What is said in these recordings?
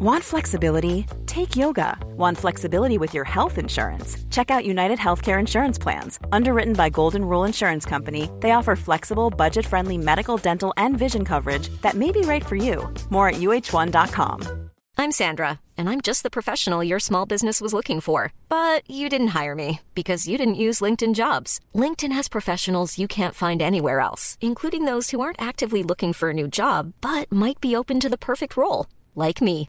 Want flexibility? Take yoga. Want flexibility with your health insurance? Check out United Healthcare Insurance Plans. Underwritten by Golden Rule Insurance Company, they offer flexible, budget friendly medical, dental, and vision coverage that may be right for you. More at uh1.com. I'm Sandra, and I'm just the professional your small business was looking for. But you didn't hire me because you didn't use LinkedIn jobs. LinkedIn has professionals you can't find anywhere else, including those who aren't actively looking for a new job but might be open to the perfect role, like me.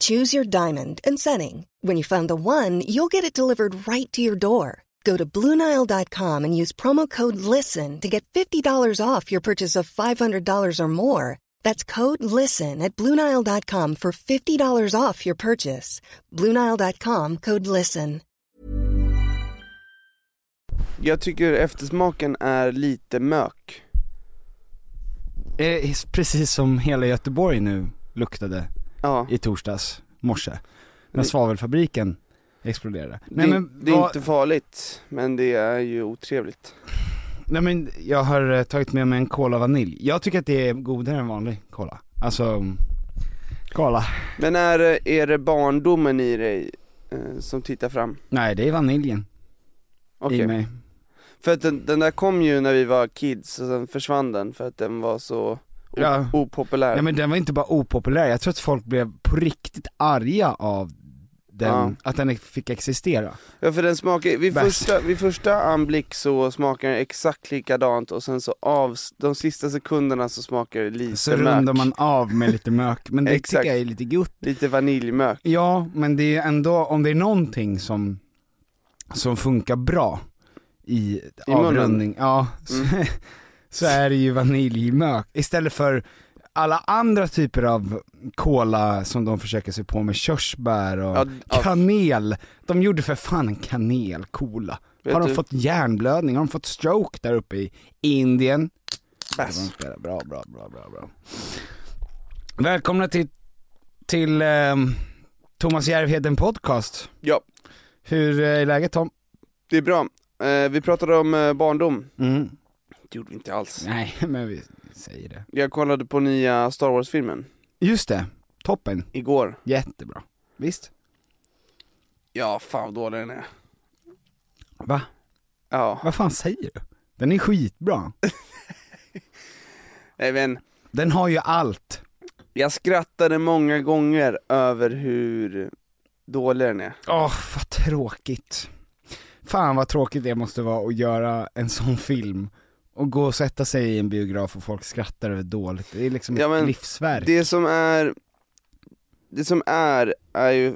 Choose your diamond and setting. When you find the one, you'll get it delivered right to your door. Go to Bluenile.com and use promo code LISTEN to get $50 off your purchase of $500 or more. That's code LISTEN at Bluenile.com for $50 off your purchase. Bluenile.com code LISTEN. Jag tycker eftersmaken är lite mök. Eh, Precis som hela Göteborg nu luktade Ja. i torsdags morse. När Det- svavelfabriken exploderade. Nej det, men, det är vad- inte farligt, men det är ju otrevligt. nej men jag har eh, tagit med mig en cola vanilj. Jag tycker att det är godare än vanlig cola. Alltså, cola. Men är, det- är det barndomen i dig eh, som tittar fram? Nej det är vaniljen Okej. Äh. i mig. För att den, den där kom ju när vi var kids och sen försvann den för att den var så o- Ja. opopulär. Nej men den var inte bara opopulär, jag tror att folk blev på riktigt arga av den, Ja. att den fick existera. Ja för den smakar, vid Bärs. första, vid första anblick så smakar den exakt likadant och sen så av, de sista sekunderna så smakar det lite Så rundar mök, man av med lite mök, men det Exakt. tycker jag är lite gott. lite vaniljmök. Ja, men det är ändå, om det är någonting som, som funkar bra i, munnen? Mm. avrundning, ja, så, så är det ju vaniljmök. Istället för alla andra typer av cola som de försöker sig på med körsbär och Ja, ja. kanel. De gjorde för fan en kanelcola. Vet Har de du- fått hjärnblödning? Har de fått stroke där uppe i Indien? Bärs. Det var inte det. Bra, bra, bra, bra, bra. Välkomna till, till ehm, Thomas Järvheden podcast. Ja, Hur eh, är läget Tom? det är bra. Eh, vi pratade om eh, barndom, det gjorde vi inte alls. Nej, men vi säger det. Jag kollade på nya Star Wars-filmen Just det, toppen. igår. Jättebra. Visst? Ja, fan vad dålig den är. Va? Ja, Vad fan säger du? Den är skitbra. nej men Den har ju allt. jag skrattade många gånger över hur dålig den är. Åh, vad tråkigt. Fan vad tråkigt det måste vara att göra en sån film och gå och sätta sig i en biograf och folk skrattar över dåligt. Det är liksom Ja, men ett livsverk. Det som är, det som är, är ju,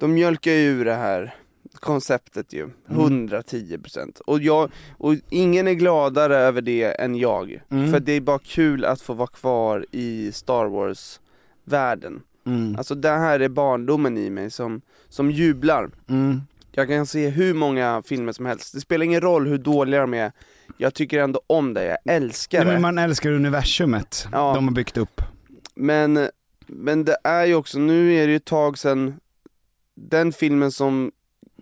de mjölkar ju ur det här konceptet ju, 110% och jag, och ingen är gladare över det än jag, Mm. för det är bara kul att få vara kvar i Star Wars världen. Mm. Alltså det här är barndomen i mig som, som jublar. Mm. Jag kan se hur många filmer som helst, det spelar ingen roll hur dåliga de är, jag tycker ändå om det, jag älskar Nej, det. men man älskar universumet Ja. de har byggt upp. Men, men det är ju också, nu är det ju ett tag sedan den filmen som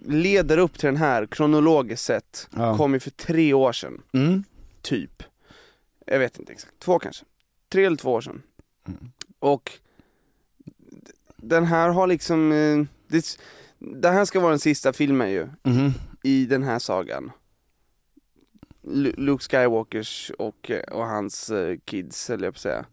leder upp till den här, kronologiskt sett, Ja. kom ju för tre år sedan, Mm. typ. Jag vet inte exakt, två kanske. Tre eller två år sedan. Mm. Och d- den här har liksom, eh, det, det här ska vara den sista filmen ju, Mhm. i den här sagan. Lu- Luke Skywalkers och, och hans eh, kids, eller jag på att säga.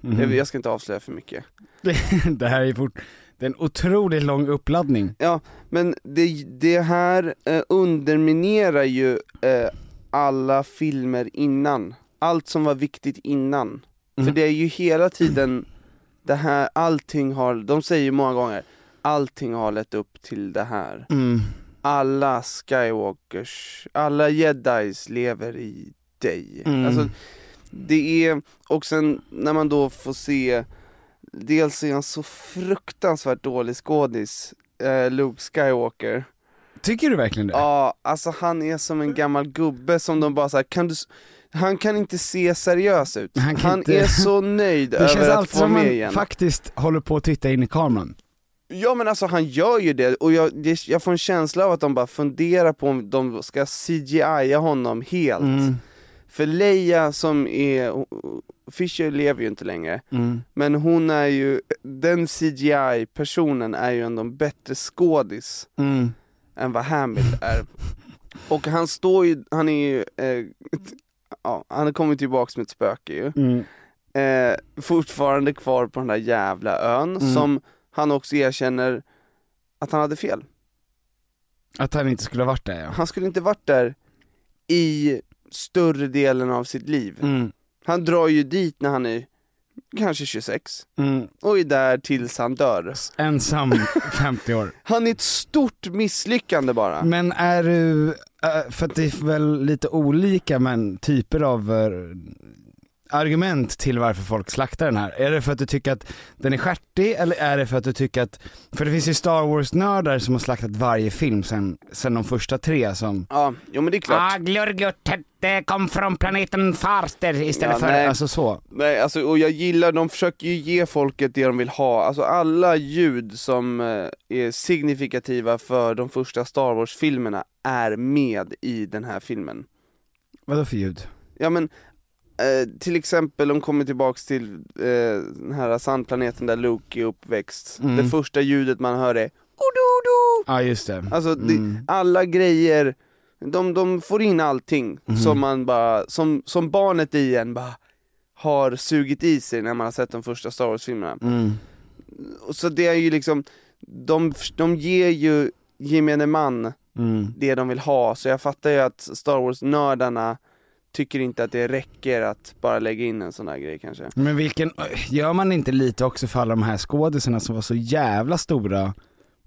Mhm. Jag, jag ska inte avslöja för mycket. det här är fort, det är en otroligt lång uppladdning. Ja, men det, det här eh, underminerar ju eh, alla filmer innan. Allt som var viktigt innan. För Mm. det är ju hela tiden det här, allting har, de säger ju många gånger, allting har lett upp till det här. Mm. Alla Skywalkers, alla jedis lever i dig. Mm. Alltså, det är, och sen när man då får se, dels är han så fruktansvärt dålig skådis, eh, Luke Skywalker, Tycker du verkligen det? Ja, alltså han är som en gammal gubbe som de bara så här, kan du, s- han kan inte se seriös ut. Han Han, kan inte- är så nöjd det känns över att alltid få som med man igen. faktiskt håller på att titta in i kameran. Ja men alltså han gör ju det, och jag, det, jag får en känsla av att de bara funderar på om de ska CGI honom helt. För Leia som är, Fisher lever ju inte längre, men hon är ju, den CGI-personen är ju ändå en bättre skådis Mm. än vad Hamill är. Och han står ju, han är ju, eh, ja, han kommer tillbaka som ett spöke ju. Mm. Eh, fortfarande kvar på den där jävla ön som han också erkänner att han hade fel. Att han inte skulle ha varit där ja. Han skulle inte varit där i större delen av sitt liv. Mm. Han drar ju dit när han är kanske 26 Mm. och är där tills han dör. Ensam 50 år. Han är ett stort misslyckande bara. Men är du, eh, för att det är väl lite olika men typer av eh, argument till varför folk slaktar den här. Är det för att du tycker att den är stjärtig eller är det för att du tycker att, för det finns ju Star Wars-nördar som har slaktat varje film sen, sen de första tre som Ja, jo men det är klart. Glurglurtette Ah, kom från planeten Farster istället Ja, för, nej. alltså så. Nej, alltså, och jag gillar, de försöker ju ge folket det de vill ha, alltså alla ljud som eh, är signifikativa för de första Star Wars-filmerna är med i den här filmen. Vadå för ljud? Ja men, eh, till exempel, de kommer tillbaks till eh, den här sandplaneten där Luke är uppväxt, Mm. det första ljudet man hör är Ja ah, just det. Alltså det, Mm. alla grejer, de, de får in allting Mhm. som man bara, som, som barnet i en bara har sugit i sig när man har sett de första Star Wars-filmerna. Mm. Och Så det är ju liksom, de, de ger ju gemene man Mm. det de vill ha, så jag fattar ju att Star Wars-nördarna tycker inte att det räcker att bara lägga in en sån här grej kanske. Men vilken, gör man inte lite också för alla de här skådisarna som var så jävla stora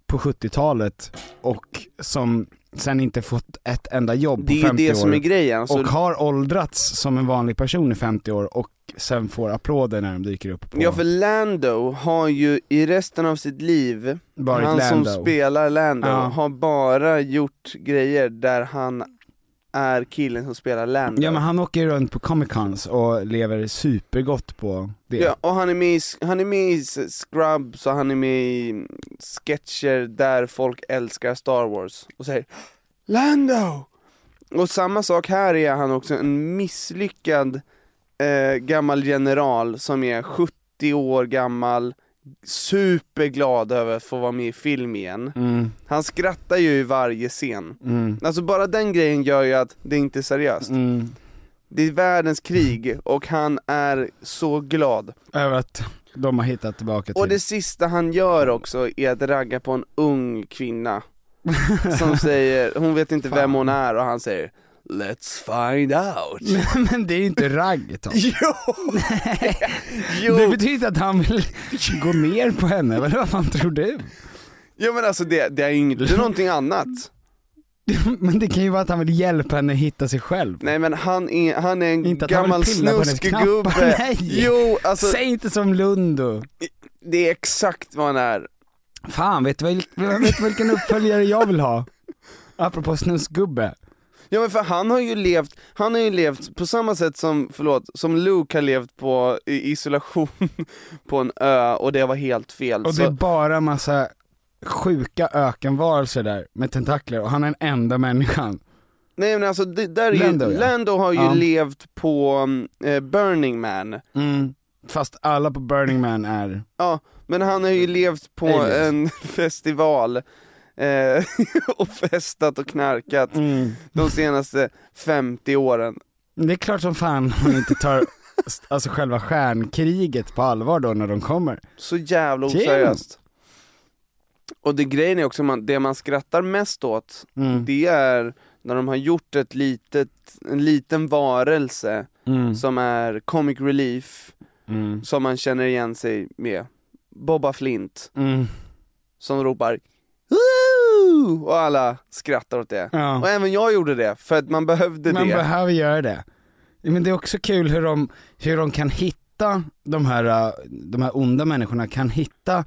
på 70-talet och som sen inte fått ett enda jobb Det är på ju 50 det år som är grejen. Alltså, Så och har åldrats som en vanlig person i 50 år och sen får applåder när de dyker upp på Ja för Lando har ju i resten av sitt liv, Varit han Lando. som spelar Lando, Ja. har bara gjort grejer där han är killen som spelar Lando. Ja men han åker runt på Comic Cons och lever supergott på det. Ja, och han är, med i, han är med i Scrubs och han är med i sketcher där folk älskar Star Wars och säger Lando! Och samma sak här är han också en misslyckad eh, gammal general som är 70 år gammal, superglad över att få vara med i film igen. Mm, Han skrattar ju i varje scen. mm, Alltså bara den grejen gör ju att det inte är seriöst. mm. Det är världens krig och han är så glad. Över att de har hittat tillbaka till... Och det sista han gör också är att ragga på en ung kvinna Som säger, hon vet inte vem hon är och han säger Let's find out men det är ju inte ragg Tom. Jo! Det jo! betyder inte att han vill gå ner på henne, eller vad fan tror du? Jo men alltså det, det är ju inget, det är någonting annat Men det kan ju vara att han vill hjälpa henne hitta sig själv. Nej men han är, han är en Inte att han gammal vill pilla på hennes knappar, snuskegubbe nej. Jo alltså Säg inte som Lundo. det är exakt vad han är Fan, vet du, vil- vet du vilken uppföljare jag vill ha? Apropå snusgubbe. Ja men för han har ju levt, han har ju levt på samma sätt som, förlåt, som Luke har levt på i isolation på en ö och det var helt fel Och det så- är bara massa sjuka ökenvarelser där med tentakler och han är den enda människan. Nej men alltså det, där är Lando, ju, ja. Lando har ju Ja. levt på mm, eh, Burning Man, Mm. Fast alla på Burning Man är... ja, men han har ju levt på Mm. Aliens. en festival eh, och festat och knarkat Mm. de senaste 50 åren. Det är klart som fan man inte tar alltså själva stjärnkriget på allvar då när de kommer. Så jävla Tjena. oseriöst. Och det grejen är också, man, det man skrattar mest åt, Mm. det är när de har gjort ett litet, en liten varelse Mm. som är comic relief, som man känner igen sig med. Boba Flint. Mm. som ropar Woo! och alla skrattar åt det. Ja. Och även jag gjorde det, för att man behövde Man det. behöver göra det. Men det är också kul hur de, hur de kan hitta de här, äh, de här onda människorna kan hitta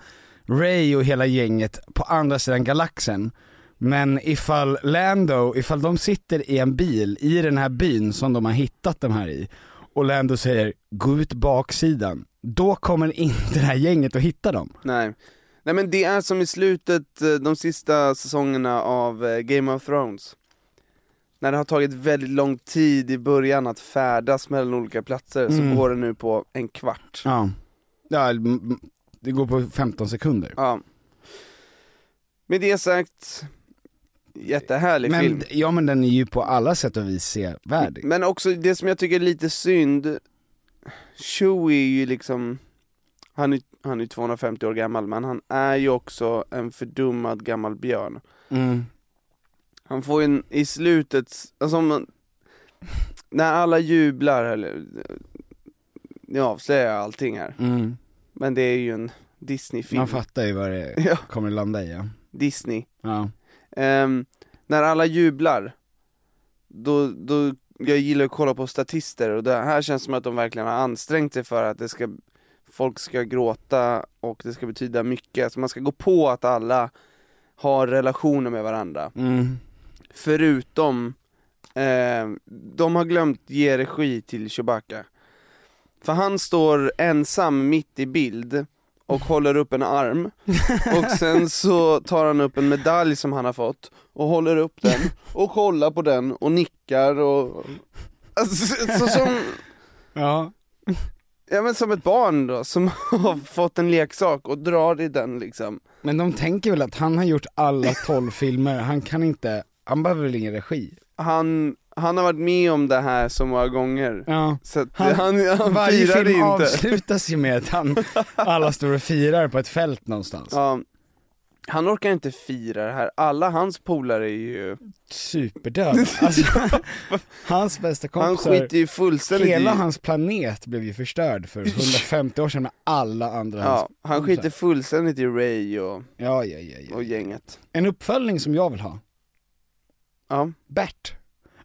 Ray och hela gänget på andra sidan galaxen. Men ifall Lando, ifall de sitter i en bil i den här byn som de har hittat dem här i och Lando säger gå ut baksidan, då kommer inte det här gänget att hitta dem. Nej. Nej men det är som i slutet, eh, de sista säsongerna av eh, Game of Thrones. När det har tagit väldigt lång tid i början att färdas mellan olika platser Mm. så går det nu på en kvart. Ja. Ja. ja m- m- det går på 15 sekunder. Med det sagt, jättehärlig men, film. Ja men den är ju på alla sätt och vis sevärdig. Men också det som jag tycker är lite synd, Chewie är ju liksom, han är, han är 250 år gammal men han är ju också en fördummad gammal björn. Mm. Han får ju en, i slutet, alltså om man, när alla jublar eller, nu avslöjar jag allting här, Mm. men det är ju en Disney-film. Man fattar ju vad det Ja, kommer landa i ja. Disney. ja. Ehm, när alla jublar, då, då, jag gillar att kolla på statister och det här känns som att de verkligen har ansträngt sig för att det ska, folk ska gråta och det ska betyda mycket, så man ska gå på att alla har relationer med varandra. Mm. förutom, eh, de har glömt ge regi till Chewbacca. För han står ensam mitt i bild och håller upp en arm, och sen så tar han upp en medalj som han har fått, och håller upp den, och kollar på den, och nickar och... Alltså, så som, Ja. ja, men som ett barn då, som har fått en leksak och drar i den liksom. Men de tänker väl att han har gjort alla 12 filmer, han kan inte, han behöver väl ingen regi? Han, han har varit med om det här så många gånger. Ja. Så att Han- han, han, Varje firar film inte. avslutas ju med att han, alla står och firar på ett fält någonstans. Ja, han orkar inte fira det här, alla hans polare är ju... Superdöd. Alltså, hans bästa Han kompisar, skiter ju fullständigt hela i... hans planet blev ju förstörd för 150 år sedan med alla andra Ja, hans han kompisar. skiter fullständigt i Ray och, Ja, ja, ja, ja. och gänget. En uppföljning som jag vill ha, Ja. Bert.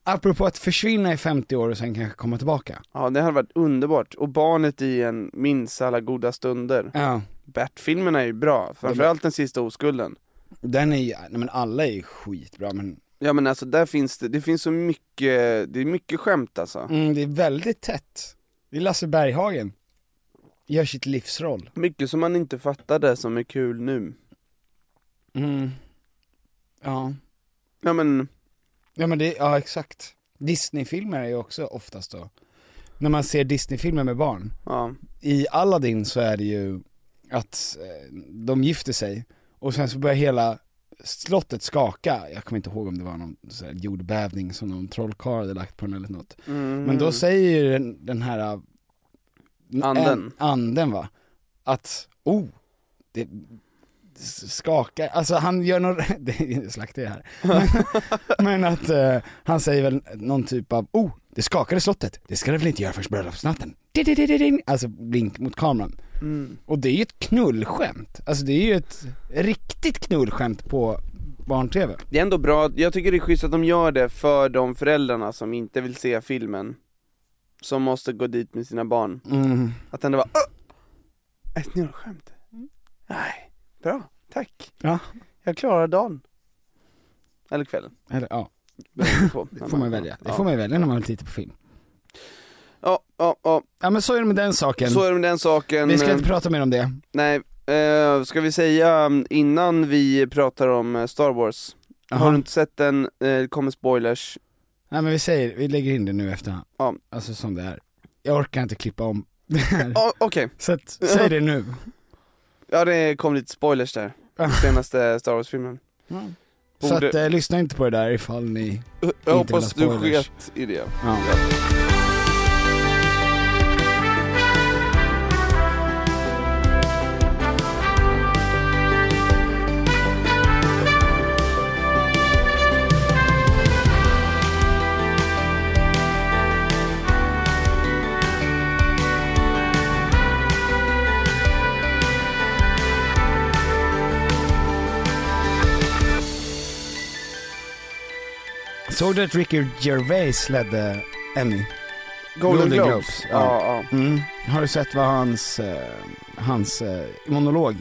Apropå att försvinna i 50 år och sen kanske komma tillbaka. ja, det hade varit underbart. Och barnet i en minns alla goda stunder. Ja. Bert-filmerna är ju bra, framförallt den sista oskulden. Den är ju, nej men alla är ju skitbra men, Ja men alltså där finns det, det finns så mycket, det är mycket skämt alltså. mm, det är väldigt tätt. Det är Lasse Berghagen. Gör sitt livsroll. Mycket som man inte fattade som är kul nu. Mm. Ja. Ja men, Ja men det, ja exakt. Disney-filmer är ju också oftast då, när man ser Disney-filmer med barn, ja. i Aladdin så är det ju att eh, de gifter sig och sen så börjar hela slottet skaka, jag kommer inte ihåg om det var någon så här jordbävning som någon trollkarl hade lagt på den eller något. Mm. Men då säger ju den, den här eh, Anden. anden va, att oh, det s- skakar, alltså han gör någon, det slaktar jag här. Men, men att eh, han säger väl någon typ av oh, det skakade slottet, det ska det väl inte göra först bröllopsnatten. Dididididin. Alltså blink mot kameran. Mm. Och det är ju ett knullskämt, alltså det är ju ett riktigt knullskämt på barn-tv. Det är ändå bra, jag tycker det är schysst att de gör det för de föräldrarna som inte vill se filmen Som måste gå dit med sina barn, Mm. att ändå vara "Åh! Ett nödskämt? Nej, bra, tack Ja. Jag klarar dagen Eller kvällen, Eller ja, beroende på det får man ju välja. Det ja. får man ju välja när man vill titta på film. ja, ja, ja, Ja men så är det med den saken. så är det med den saken Vi ska inte prata mer om det. Nej, eh, ska vi säga mm, innan vi pratar om eh, Star Wars Har Jaha. du inte sett den, eh, det kommer spoilers Nej men vi säger, vi lägger in det nu efterhand. Ja. Alltså som det är. Jag orkar inte klippa om det här. Ja, Okej, Så att, säg det nu. ja det kom lite spoilers där, senaste Star Wars-filmen Så Borde- att, eh, lyssna inte på det där ifall ni... Jag vill ha hoppas du spoilers. sket i det. Ja. Såg du att Ricky Gervais ledde Emmy? Golden, Golden Globes. Globes, Ja. Ja, Mm. Har du sett vad hans, eh, hans eh, monolog?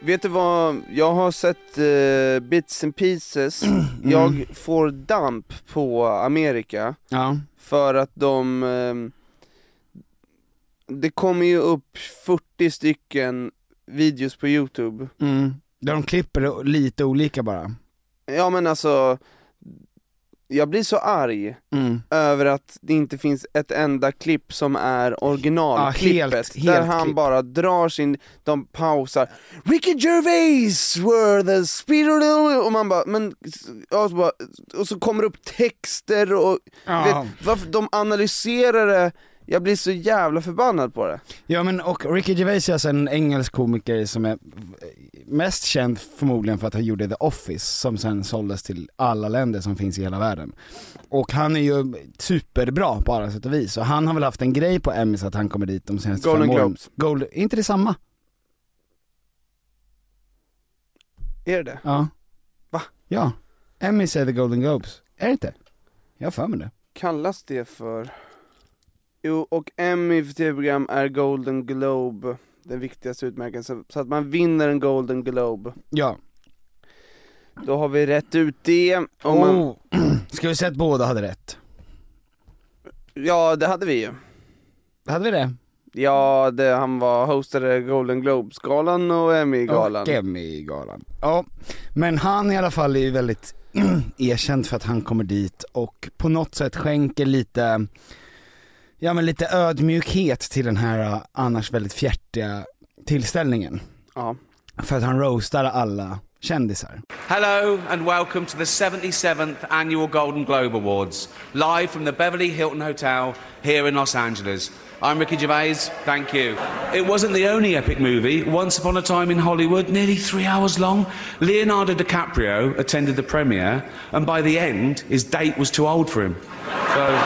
Vet du vad, jag har sett eh, bits and pieces, jag får damp på Amerika Ja. för att de... ehm, det kommer ju upp 40 stycken videos på youtube, Mm. Där de klipper det lite olika bara. ja men alltså, jag blir så arg Mm. över att det inte finns ett enda klipp som är originalklippet, Ja, helt- där helt han klipp. bara drar sin, de pausar, Ricky Gervais were the spirit och man bara, men, och så, bara, och så kommer det upp texter och, Ja. vet, varför de analyserar det, jag blir så jävla förbannad på det. ja men och Ricky Gervais är alltså en engelsk komiker som är mest känd förmodligen för att han gjorde The Office som sen såldes till alla länder som finns i hela världen. Och han är ju superbra på alla sätt och vis och han har väl haft en grej på Emmys att han kommer dit de senaste Golden fem åren. Globes. Gold, är inte det samma? Är det det? Ja. Va? Ja. Emmys är The Golden Globes. Är det inte? Jag har för mig det. Kallas det för? Jo, och Emmy för tv-program är Golden Globe, den viktigaste utmärkelsen, så att man vinner en Golden Globe. Ja. Då har vi rätt ut det. Om man... Oh. Ska vi säga att båda hade rätt? Ja, det hade vi ju. Hade vi det? Ja, det, han var hostade Golden Globe-galan och Emmy-galan. Och Emmy-galan. Ja, men han i alla fall är ju väldigt erkänd för att han kommer dit och på något sätt skänker lite, ja men lite ödmjukhet till den här eh, annars väldigt fjärtiga tillställningen. Ja. För att han roastar alla kändisar. Hello and welcome to the 77th Annual Golden Globe Awards, live from the Beverly Hilton Hotel here in Los Angeles. I'm Ricky Gervais, thank you. It wasn't the only epic movie. Once Upon a Time in Hollywood, nearly three hours long, Leonardo DiCaprio attended the premiere, and by the end, his date was too old for him. So,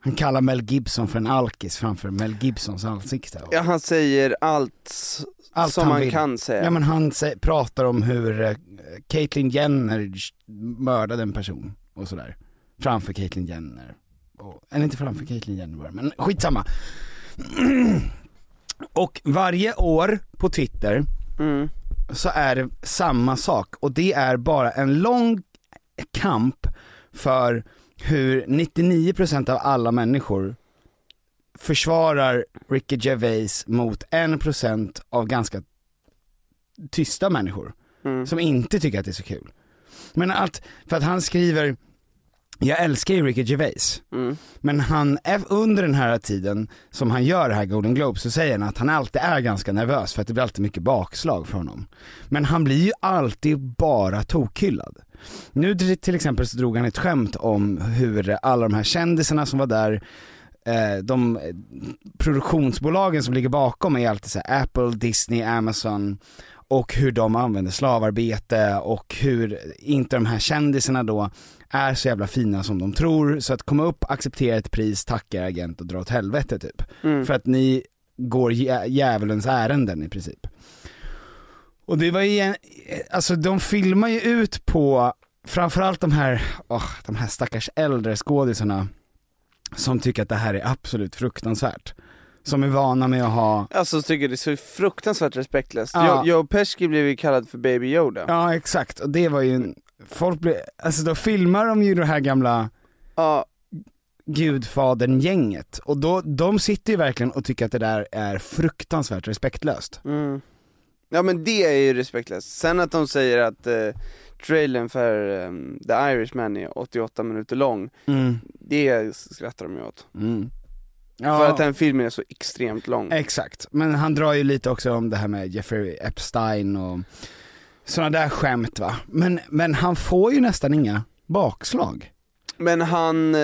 Han kallar Mel Gibson för en alkis framför Mel Gibsons ansikte. ja, han säger allt, s- Allt som han man vill. kan säga. Ja men han sä- pratar om hur eh, Caitlyn Jenner sh- mördade en person och sådär. Framför Caitlyn Jenner. Och, eller inte framför Caitlyn Jenner bara, men skitsamma. och varje år på Twitter Mm. så är det samma sak och det är bara en lång kamp för hur 99% av alla människor försvarar Ricky Gervais mot 1% av ganska tysta människor som inte tycker att det är så kul. Men att, för att han skriver, jag älskar ju Ricky Gervais, men han, ev- under den här tiden som han gör det här Golden Globe så säger han att han alltid är ganska nervös för att det blir alltid mycket bakslag för honom. Men han blir ju alltid bara tokhyllad. Nu till till exempel så drog han ett skämt om hur alla de här kändisarna som var där eh, de eh, produktionsbolagen som ligger bakom är alltid så här Apple, Disney, Amazon och hur de använder slavarbete och hur inte de här kändisarna då är så jävla fina som de tror så att komma upp, acceptera ett pris, tacka er agent och dra åt helvete typ. För att ni går djä- djävulens ärenden i princip. Och det var ju, en- alltså de filmar ju ut på framförallt de här, åh, de här stackars äldre skådisarna som tycker att det här är absolut fruktansvärt. Som är vana med att ha, Alltså jag tycker det är så fruktansvärt respektlöst. Ja. Jag, jag och Pesci blev ju kallad för Baby Yoda. Ja. ja exakt, och det var ju, en- folk blev, alltså då filmar de ju det här gamla Gudfadern-gänget och då, de sitter ju verkligen och tycker att det där är fruktansvärt respektlöst. mm. ja men det är ju respektlöst. Sen att de säger att eh, trailern för eh, The Irishman är 88 minuter lång, det skrattar de ju åt. Mm. Ja, Mm. För att den filmen är så extremt lång. Exakt, men han drar ju lite också om det här med Jeffrey Epstein och sådana där skämt va. Men, men han får ju nästan inga bakslag. Men han, eh,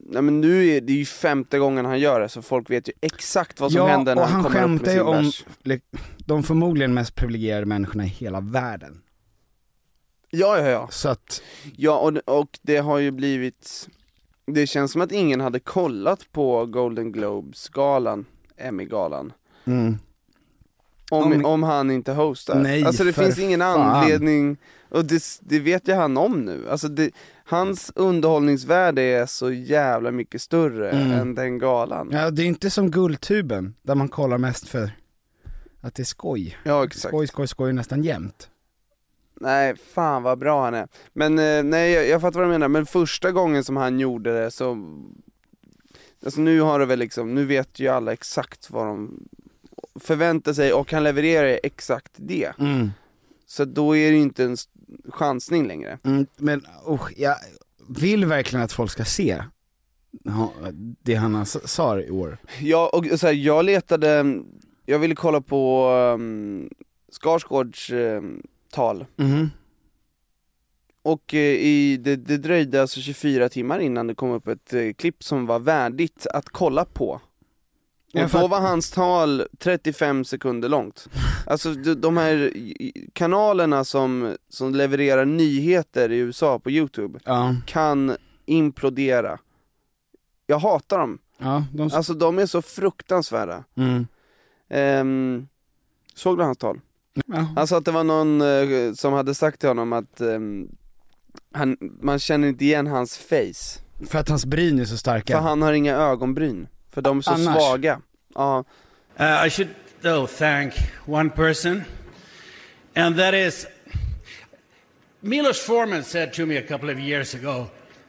nej men nu är det ju femte gången han gör det så folk vet ju exakt vad som händer när och han, han kommer upp med skämtar ju sin om bärs. li- de förmodligen mest privilegierade människorna i hela världen. Ja, ja, ja. Så att, ja och, och det har ju blivit, det känns som att ingen hade kollat på Golden Globes-galan, Emmy-galan. mm. Om, Om- om, han inte hostar. Nej, alltså det för finns ingen fan. anledning, och det, det vet ju han om nu. Alltså det, hans underhållningsvärde är så jävla mycket Mm. större än den galan. ja, det är inte som Guldtuben där man kollar mest för Att det är skoj. Ja exakt. Skoj, skoj, skoj nästan jämt. Nej, fan vad bra han är. Men eh, nej, jag, jag fattar vad du menar, men första gången som han gjorde det så, alltså nu har det väl liksom, nu vet ju alla exakt vad de förväntar sig och han levererar exakt det. Mm. Så då är det ju inte en s- chansning längre. Mm, men usch, jag vill verkligen att folk ska se ha- det han s- sa i år. Jag, och, och så här, jag letade, jag ville kolla på um, Skarsgårds ehm, tal, och eh, i, det, det dröjde alltså 24 timmar innan det kom upp ett eh, klipp som var värdigt att kolla på. Ja, Och för då att- var hans tal 35 sekunder långt. Alltså de, de här i- i- kanalerna som, som levererar nyheter i USA på youtube Ja, kan implodera. Jag hatar dem. ja, de s- Alltså de är så fruktansvärda. mm. Ehm, såg du hans tal? ja. Han sa att det var någon eh, som hade sagt till honom att ehm, han, man känner inte igen hans face, För att hans bryn är så starka. för han har inga ögonbryn, för de är så Annars? svaga. Ja, Uh, I should, though, thank one person, and that is Milos Forman said to me a couple of years ago,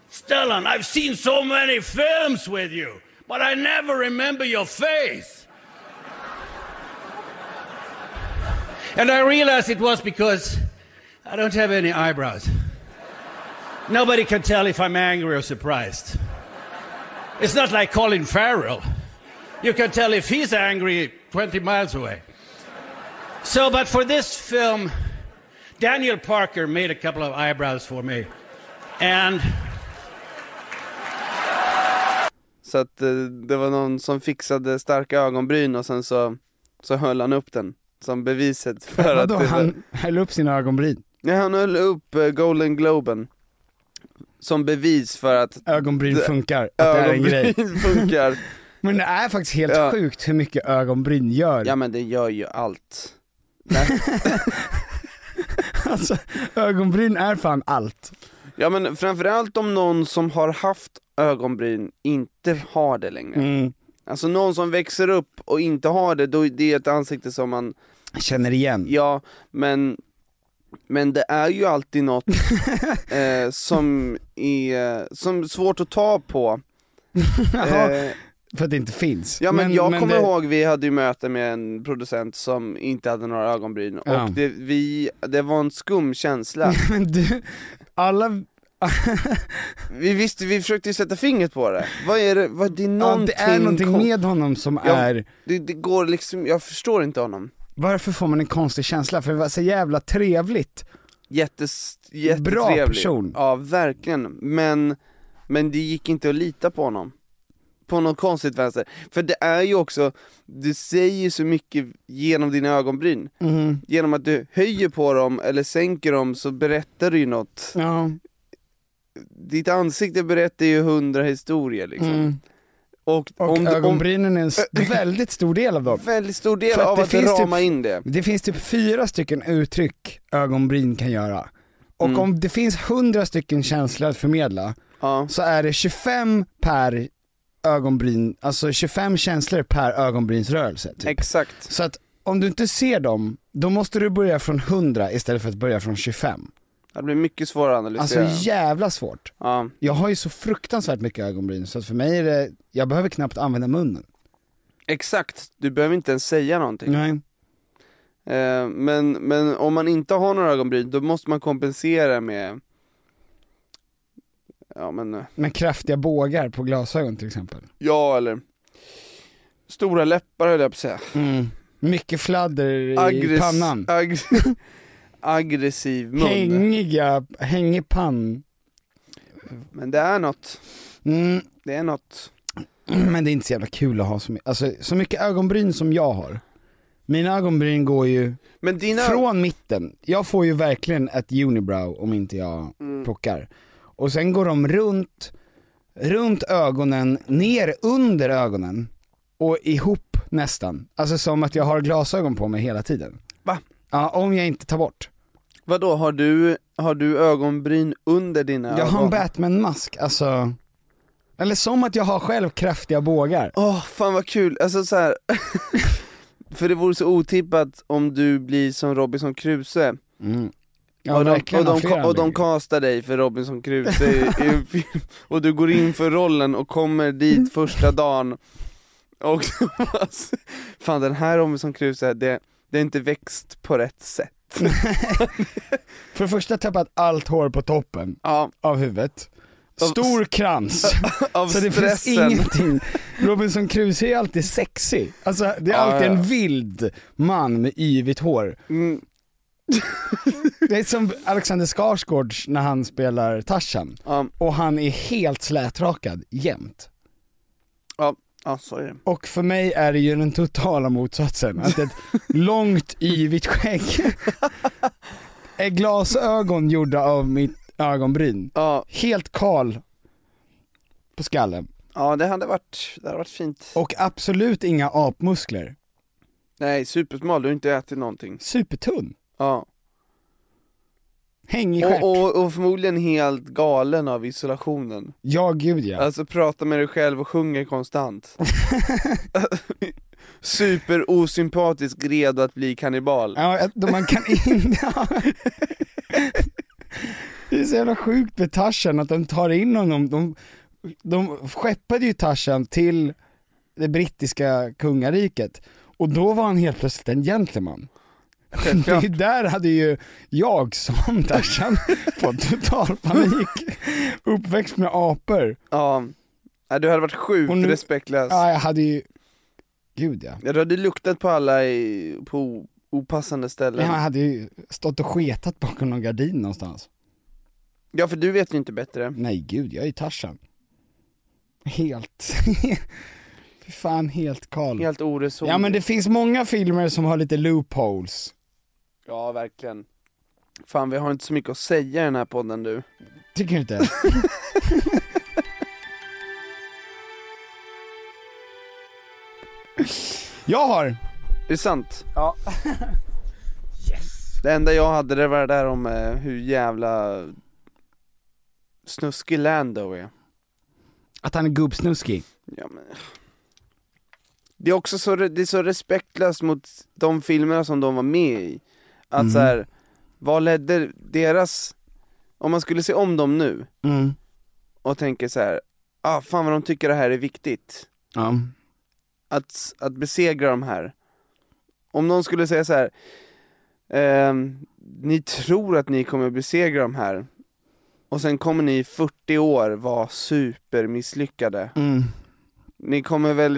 Stellan, I've seen so many films with you, but I never remember your face. and I realized it was because I don't have any eyebrows. Nobody can tell if I'm angry or surprised. It's not like Colin Farrell. You can tell if he's angry 20 miles away. So, but for this film, Daniel Parker made a couple of eyebrows for me. And så att eh, det var någon som fixade starka ögonbryn och sen så, så höll han upp den som beviset för att Vadå, det, han höll upp sina ögonbryn? Nej, han höll upp eh, Golden Globen som bevis för att Ögonbryn Det- funkar, att det är en grej. ögonbryn funkar. Men det är faktiskt helt Ja. sjukt hur mycket ögonbryn gör. Ja men det gör ju allt. Alltså, ögonbryn är fan allt. Ja men framförallt om någon som har haft ögonbryn inte har det längre. Mm. Alltså någon som växer upp och inte har det, då är det ett ansikte som man, Känner igen. ja men, men det är ju alltid något eh, som är som är svårt att ta på. Jaha, Eh, för att det inte finns. ja men, jag kommer det- ihåg, vi hade ju möte med en producent som inte hade några ögonbryn Ja. och det, vi, det var en skum känsla. Men du, alla... vi visste, vi försökte ju sätta fingret på det. Vad är det, vad, det är Ja, någonting, det är någonting kon- med honom som Ja. är... det, det går liksom, jag förstår inte honom. Varför får man en konstig känsla? För det var så jävla trevligt. Jättes, jättetrevlig. person. Ja, verkligen. Men, men det gick inte att lita på honom. På något konstigt vänster. För det är ju också, du säger ju så mycket genom dina ögonbryn. Mm-hmm. Genom att du höjer på dem eller sänker dem så berättar du ju något. Ja. Ditt ansikte berättar ju hundra historier liksom. Och, Mm. Och om, om ögonbrynen är en s- väldigt stor del av dem. väldigt stor del För att av det att finns typ- rama in det. Det finns typ fyra stycken uttryck ögonbryn kan göra. Och Mm. om det finns hundra stycken känslor att förmedla Ja. så är det 25 per ögonbryn, alltså 25 känslor per ögonbrynsrörelse. Typ. Exakt. Så att om du inte ser dem, då måste du börja från 100 istället för att börja från 25. Det blir mycket svårare att Alltså analysera. jävla svårt. ja. Jag har ju så fruktansvärt mycket ögonbryn så att för mig är det, jag behöver knappt använda munnen. Exakt, du behöver inte ens säga någonting. Nej. Eh, men, men om man inte har några ögonbryn, då måste man kompensera med Ja men, eh, Men kraftiga bågar på glasögon till exempel. ja eller Stora läppar höll jag på att säga Mycket fladder i Aggress- pannan. ag- Aggressiv mun Hängiga, hängig pann. Men det är något, Mm. det är något Men det är inte så jävla kul att ha så mycket, alltså så mycket ögonbryn som jag har. Mina ögonbryn går ju Men dina, från mitten, jag får ju verkligen ett unibrow om inte jag Mm. plockar. Och sen går de runt, runt ögonen, ner under ögonen och ihop nästan. Alltså som att jag har glasögon på mig hela tiden. Va? Ja, om jag inte tar bort. vadå har du, har du ögonbryn under dina Jag ögon? har en Batman-mask, alltså. Eller som att jag har själv kraftiga bågar. Åh, fan vad kul, alltså så här. för det vore så otippat om du blir som Robinson Crusoe Mm. och, de, verkligen, och, av de, flera ka- och de anledningar. castar dig för Robinson Crusoe i, i en film, och du går in för rollen och kommer dit första dagen och fan den här Robinson Crusoe, det, det är inte växt på rätt sätt. För det första tappat allt hår på toppen Ja, av huvudet. Av- Stor krans. av Så det finns stressen. ingenting. Robinson Crusoe är alltid sexy. Alltså det är Ja, alltid ja. en vild man med yvigt hår. Mm, Det är som Alexander Skarsgårds när han spelar Tarzan. ja, Och han är helt slätrakad jämt. ja, ja, så är det. Och för mig är det ju den totala motsatsen. Att ett långt yvigt skägg är glasögon gjorda av mitt ögonbryn. Ja, Helt kal på skallen. ja det hade varit, det hade varit fint. Och absolut inga apmuskler. Nej, supersmal, du har inte ätit någonting. Supertunn. Ja. Hängig stjärt. Och, och, och förmodligen helt galen av isolationen. Ja gud ja. Alltså prata med dig själv och sjunger konstant. Super osympatisk, redo att bli kannibal. Ja, att då man kan in... Ja. Det är så jävla sjukt med Tarzan att de tar in honom, de, de skeppade ju Tarzan till det brittiska kungariket och då var han helt plötsligt en gentleman. Det är där hade ju jag som Tarzan fått total panik. Uppväxt med apor. Ja. ja, du hade varit sjukt Och nu- respektlös. Ja, jag hade ju, gud ja. Ja, du hade luktat på alla i, på o- opassande Jag ställen. Ja. hade ju stått och sketat bakom någon gardin någonstans. för du vet ju inte bättre. Nej gud, jag är Tarzan. Helt, fy fan helt kal. Helt oresonlig. Ja men det finns många filmer som har lite loopholes. Ja, verkligen. Fan, vi har inte så mycket att säga i den här podden du. Tycker du inte? jag har! Det är sant. Ja. Det enda jag hade det var det där om eh, hur jävla snuskig Lando är. Att han är gubbsnuskig. Ja, men... Det är också så, det är så respektlöst mot de filmerna som de var med i. Att Mm. så här, vad ledde deras, om man skulle se om dem nu Mm. och tänker så här, ah fan vad de tycker det här är viktigt. Ja. Att, att besegra de här. Om någon skulle säga så här, ehm, ni tror att ni kommer besegra de här och sen kommer ni i 40 år vara supermisslyckade. Mm. Ni kommer väl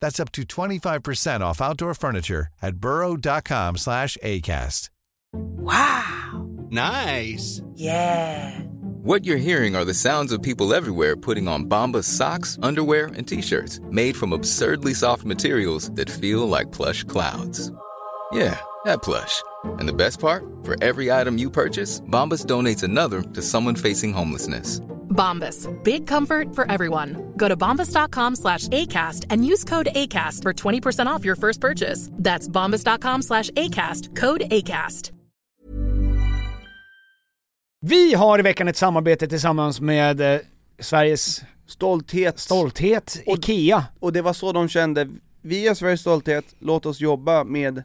That's up to 25% off outdoor furniture at burrow.com/acast. Nice. Yeah. What you're hearing are the sounds of people everywhere putting on Bombas socks, underwear, and t-shirts made from absurdly soft materials that feel like plush clouds. Yeah, that plush. And the best part? For every item you purchase, Bombas donates another to someone facing homelessness. Bombas. Big comfort for everyone. Go to bombas.com slash ACAST and use code ACAST for 20% off your first purchase. That's bombas.com slash ACAST. Code ACAST. Vi har i veckan ett samarbete tillsammans med eh, Sveriges stolthet stolthet, IKEA. Och det var så de kände, vi är Sveriges stolthet, låt oss jobba med eh,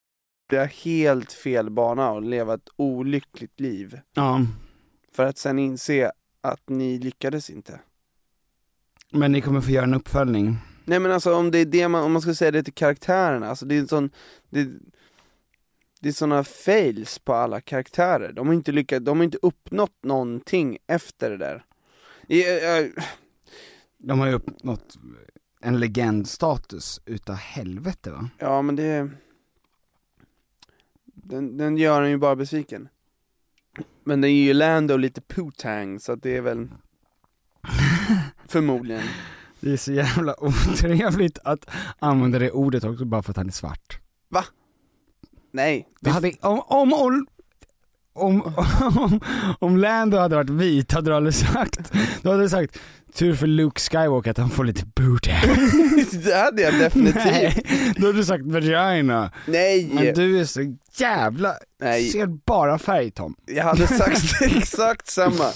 Det är helt fel bana och leva ett olyckligt liv. Ja, För att sen inse att ni lyckades inte. men ni kommer få göra en uppföljning. Nej men alltså om det är det man, om man ska säga det till karaktärerna, alltså det är en sån, det, det är såna fails på alla karaktärer, de har inte lyckats, de har inte uppnått någonting efter det där. I- eh, De har ju uppnått en legendstatus utav helvete va? Ja men det, den, den gör en ju bara besviken. Men den är ju Lando lite putang så att det är väl, förmodligen. Det är så jävla otrevligt att använda det ordet också bara för att han är svart. Nej, Det hade, om, om, om, om, om, om Lando hade varit vit hade du aldrig sagt, du hade sagt tur för Luke Skywalker att han får lite booty. det hade jag definitivt. Nej! Nej, då hade du sagt vagina. Men du är så jävla, Nej. ser bara färg Tom. Jag hade sagt exakt samma.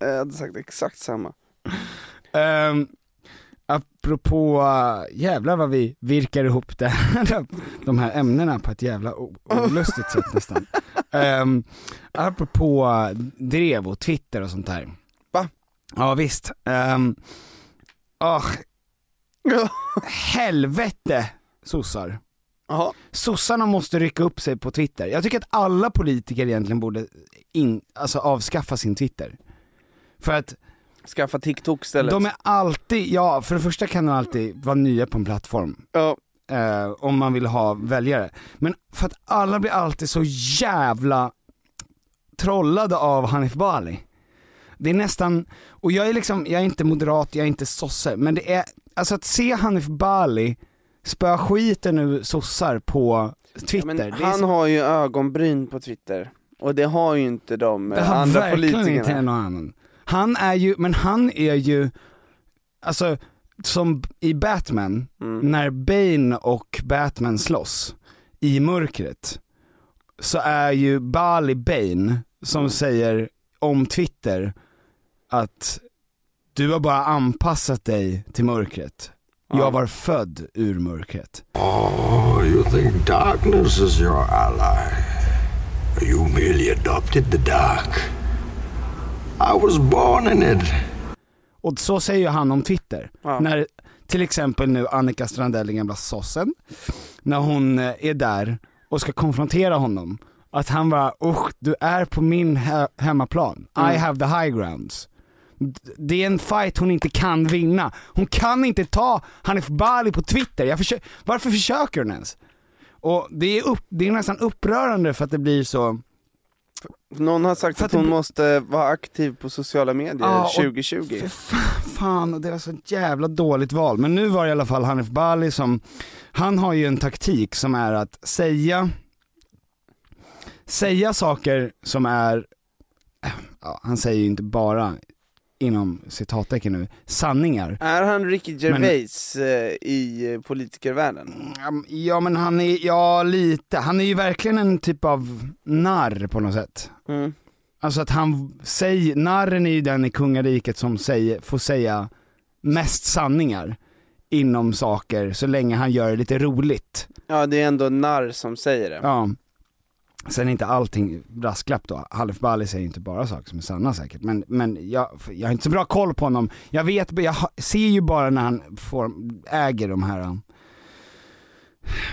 Jag hade sagt exakt samma. Um, apropå, uh, jävlar vad vi virkar ihop det här, de här ämnena på ett jävla o- olustigt sätt nästan. Um, apropå uh, drev och Twitter och sånt där. Va? Ja visst. Um, helvete sossar. Jaha, Sossarna måste rycka upp sig på Twitter. Jag tycker att alla politiker egentligen borde in, alltså avskaffa sin Twitter. För att skaffa TikTok istället. de är alltid, ja för det första kan de alltid vara nya på en plattform, Ja, eh, om man vill ha väljare. Men för att alla blir alltid så jävla trollade av Hanif Bali. Det är nästan, och jag är liksom, jag är inte moderat, jag är inte sosse, men det är, alltså att se Hanif Bali spöa skiten ur sossar på ja, Twitter, men det är han så, har ju ögonbryn på Twitter. Och det har ju inte de det eh, har andra verkligen inte en politikerna. och annan. Han är ju, men han är ju, alltså som i Batman, Mm. när Bane och Batman slåss i mörkret så är ju Bali Bane som säger om Twitter att du har bara anpassat dig till mörkret. Jag var född ur mörkret. Oh, you think darkness is your ally? You merely adopted the dark. I was born in it. Och så säger ju han om Twitter. Ja. När till exempel nu Annika Strandell, den gamla sossen, när hon eh, är där och ska konfrontera honom. Att han bara usch, du är på min he- hemmaplan. Mm. I have the high grounds. D- Det är en fight hon inte kan vinna. Hon kan inte ta Hanif Bali på Twitter. Jag försö- Varför försöker hon ens? Och det är, upp- det är nästan upprörande för att det blir så, Någon har sagt För att att hon det- måste vara aktiv på sociala medier Ja, och- 2020. Fy fan, fan, och det var så ett jävla dåligt val. Men nu var det i alla fall Hanif Bali som, han har ju en taktik som är att säga, säga saker som är, äh, ja, han säger ju inte bara inom citattecken nu, sanningar. Är han Ricky Gervais eh, i eh, politikervärlden? Mm, Ja men han är, ja lite, han är ju verkligen en typ av narr på något sätt. Mm. Alltså att han säger, narren är ju den i kungariket som säger, får säga mest sanningar inom saker så länge han gör det lite roligt. Ja, det är ändå en narr som säger det. Ja. Sen är inte allting brasklapp då, Halif Bali säger inte bara saker som är sanna säkert, men, men jag, jag har inte så bra koll på honom. Jag vet, jag ha- ser ju bara när han får, äger de här um,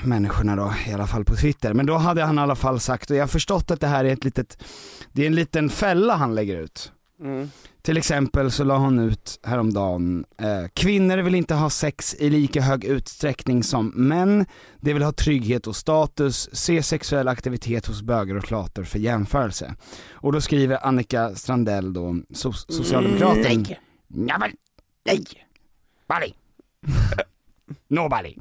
människorna då, i alla fall på Twitter. Men då hade han i alla fall sagt, och jag har förstått att det här är ett litet, det är en liten fälla han lägger ut. Mm. Till exempel så la hon ut häromdagen, eh, kvinnor vill inte ha sex i lika hög utsträckning som män, de vill ha trygghet och status, se sexuell aktivitet hos bögar och klator för jämförelse. Och då skriver Annika Strandell då, so- socialdemokraten. Nej. Ja, men, nej! Bali! Nobody.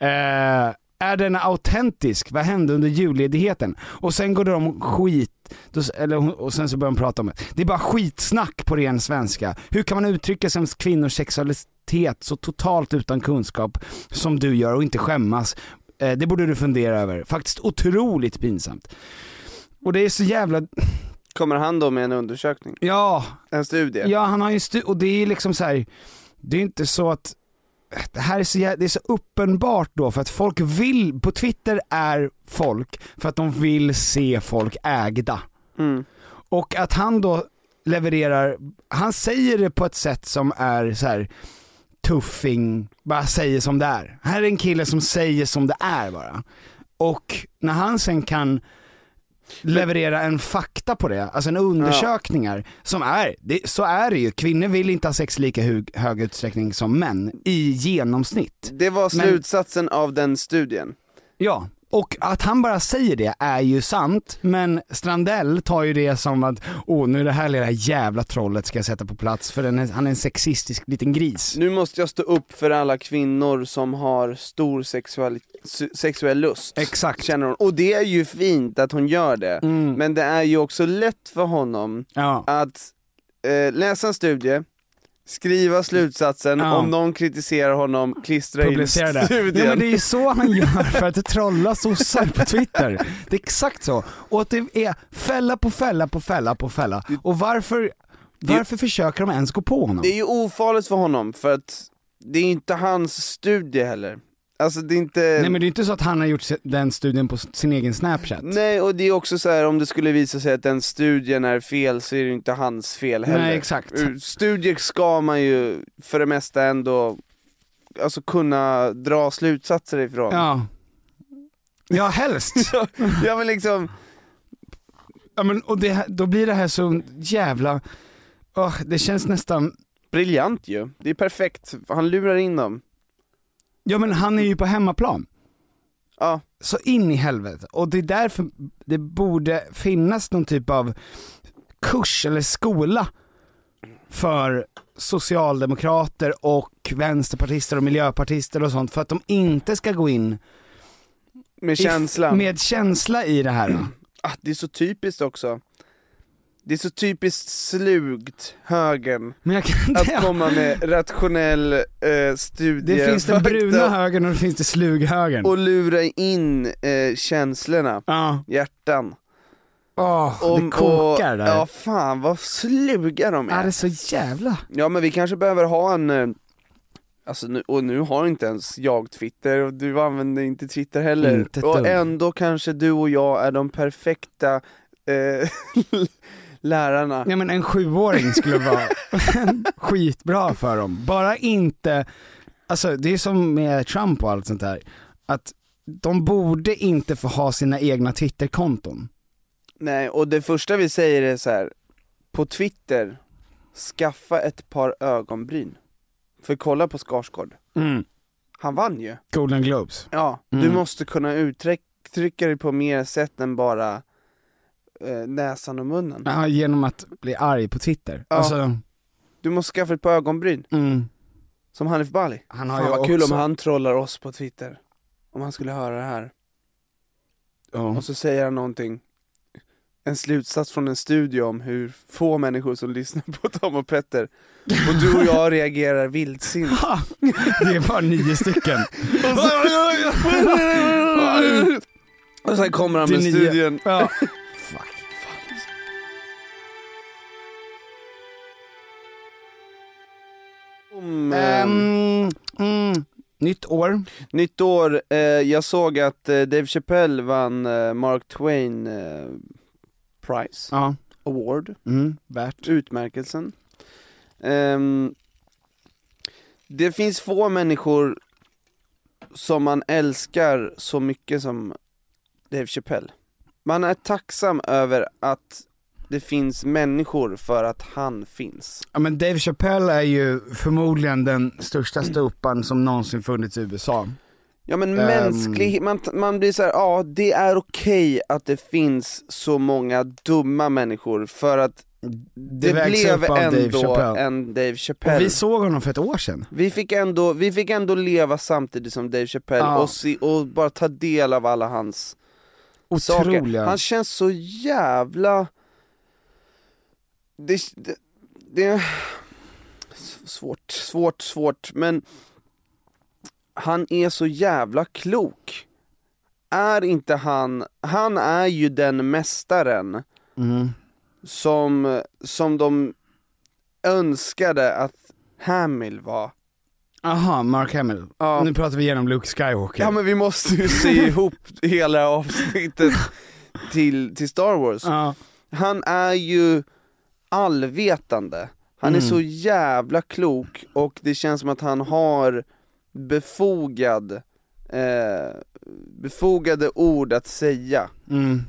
Eh, är den autentisk? Vad hände under julledigheten? Och sen går de skit, då, s- eller, hon- och sen så börjar de prata om det. Det är bara skitsnack på ren svenska. Hur kan man uttrycka sig om kvinnors sexualitet så totalt utan kunskap som du gör och inte skämmas? Eh, det borde du fundera över. Faktiskt otroligt pinsamt. Och det är så jävla... Kommer han då med en undersökning? Ja, En studie? Ja, han har ju stu- och det är liksom så här. det är inte så att det här är så, jä- det är så uppenbart då för att folk vill, på Twitter är folk för att de vill se folk ägda. Och att han då levererar, han säger det på ett sätt som är så här tuffing, bara säger som det är. Här är en kille som säger som det är bara. Och när han sen kan leverera en fakta på det, alltså en undersökningar som är, det, så är det ju, kvinnor vill inte ha sex i lika hög, hög utsträckning som män i genomsnitt. Det var Men- slutsatsen av den studien. Ja, och att han bara säger det är ju sant, men Strandell tar ju det som att åh nu är det här lilla jävla trollet ska jag sätta på plats för den är, han är en sexistisk liten gris. Nu måste jag stå upp för alla kvinnor som har stor sexuali- se- sexuell lust. Exakt. Mm. Känner hon. Och det är ju fint att hon gör det, men det är ju också lätt för honom Ja. att eh, läsa en studie, skriva slutsatsen, Ja. om någon kritiserar honom, klistra in Publicera det. studien. Ja, men det är ju så han gör för att trolla sossar på Twitter. Det är exakt så. Och att det är fälla på fälla på fälla på fälla. Och varför, varför försöker de ens gå på honom? Det är ju ofarligt för honom, för att det är inte hans studie heller. Alltså det är inte... Nej men det är inte så att han har gjort se- den studien på s- sin egen snapchat. Nej, och det är också så här om det skulle visa sig att den studien är fel så är det ju inte hans fel heller. Nej, exakt. Ur- Studier ska man ju för det mesta ändå alltså kunna dra slutsatser ifrån. Ja. Ja helst. ja men liksom, Ja, men, och det, här- då blir det här så jävla, Åh, det känns nästan, briljant ju. Det är perfekt. Han lurar in dem. ja men han är ju på hemmaplan. Ja. Så in i helvete. Och det är därför det borde finnas någon typ av kurs eller skola för socialdemokrater och vänsterpartister och miljöpartister och sånt för att de inte ska gå in Med i- känslan. med känsla i det här. Ah, det är så typiskt också. Det är så typiskt slugt, högern, Men jag kan att komma med rationell eh, Det studie. finns den bruna fakta högern och det finns det slughögern. Och lura in eh, känslorna, Ja, hjärtan. Åh, det Om- kokar och, där. Ja, fan vad sluga de Ja, är. det är så jävla... Ja men vi kanske behöver ha en, eh, alltså nu, och nu har inte ens jag Twitter och du använder inte Twitter heller. Inte ett och dugg. ändå kanske du och jag är de perfekta eh, lärarna. Ja men en sjuåring skulle vara skitbra för dem. Bara inte, alltså det är som med Trump och allt sånt där, att de borde inte få ha sina egna Twitterkonton. Nej, och det första vi säger är så här. på Twitter, skaffa ett par ögonbryn. För kolla på Skarsgård, Mm. han vann ju. Golden Globes. Ja, du Mm. måste kunna uttrycka dig på mer sätt än bara eh, näsan och munnen. Ja, genom att bli arg på Twitter. Ja. Alltså, Du måste skaffa ett par ögonbryn, mm. som Hanif Bali. han har Fan ju vad kul också... om han trollar oss på Twitter. Om han skulle höra det här. Ja. Och så säger han någonting, en slutsats från en studie om hur få människor som lyssnar på Tom och Petter. Och du och jag reagerar vildsint. Ha! Det är bara nio stycken. Och så- Och sen kommer han med Det är nio. studien. Ja. Om, eh, Ehm, Mm, mm, Nytt år. Nytt år, eh, jag såg att eh, Dave Chappelle vann eh, Mark Twain eh, Prize, Ja. Award, Mm, värt. utmärkelsen. Ehm, det finns få människor som man älskar så mycket som Dave Chappelle. Man är tacksam över att det finns människor för att han finns. Ja men Dave Chappelle är ju förmodligen den största ståupparen som någonsin funnits i USA. Ja men Ehm. mänsklighet, man, man blir så här, ja det är okej att det finns så många dumma människor för att det, vägs blev upp av Dave ändå Chappelle. en Dave Chappelle. Och vi såg honom för ett år sedan. Vi fick, ändå, vi fick ändå leva samtidigt som Dave Chappelle Ja. och, se, och bara ta del av alla hans saker. Otroliga. Han känns så jävla... Det, det, det är s- svårt, svårt, svårt, men han är så jävla klok. Är inte han, han är ju den mästaren Mm. som, som de önskade att Hamill var. Aha, Mark Hamill. Ja. Nu pratar vi igenom Luke Skywalker. Ja men vi måste ju se ihop hela avsnittet till, till Star Wars. Ja. Han är ju allvetande, han är Mm. så jävla klok och det känns som att han har befogad, eh, befogade ord att säga. Mm.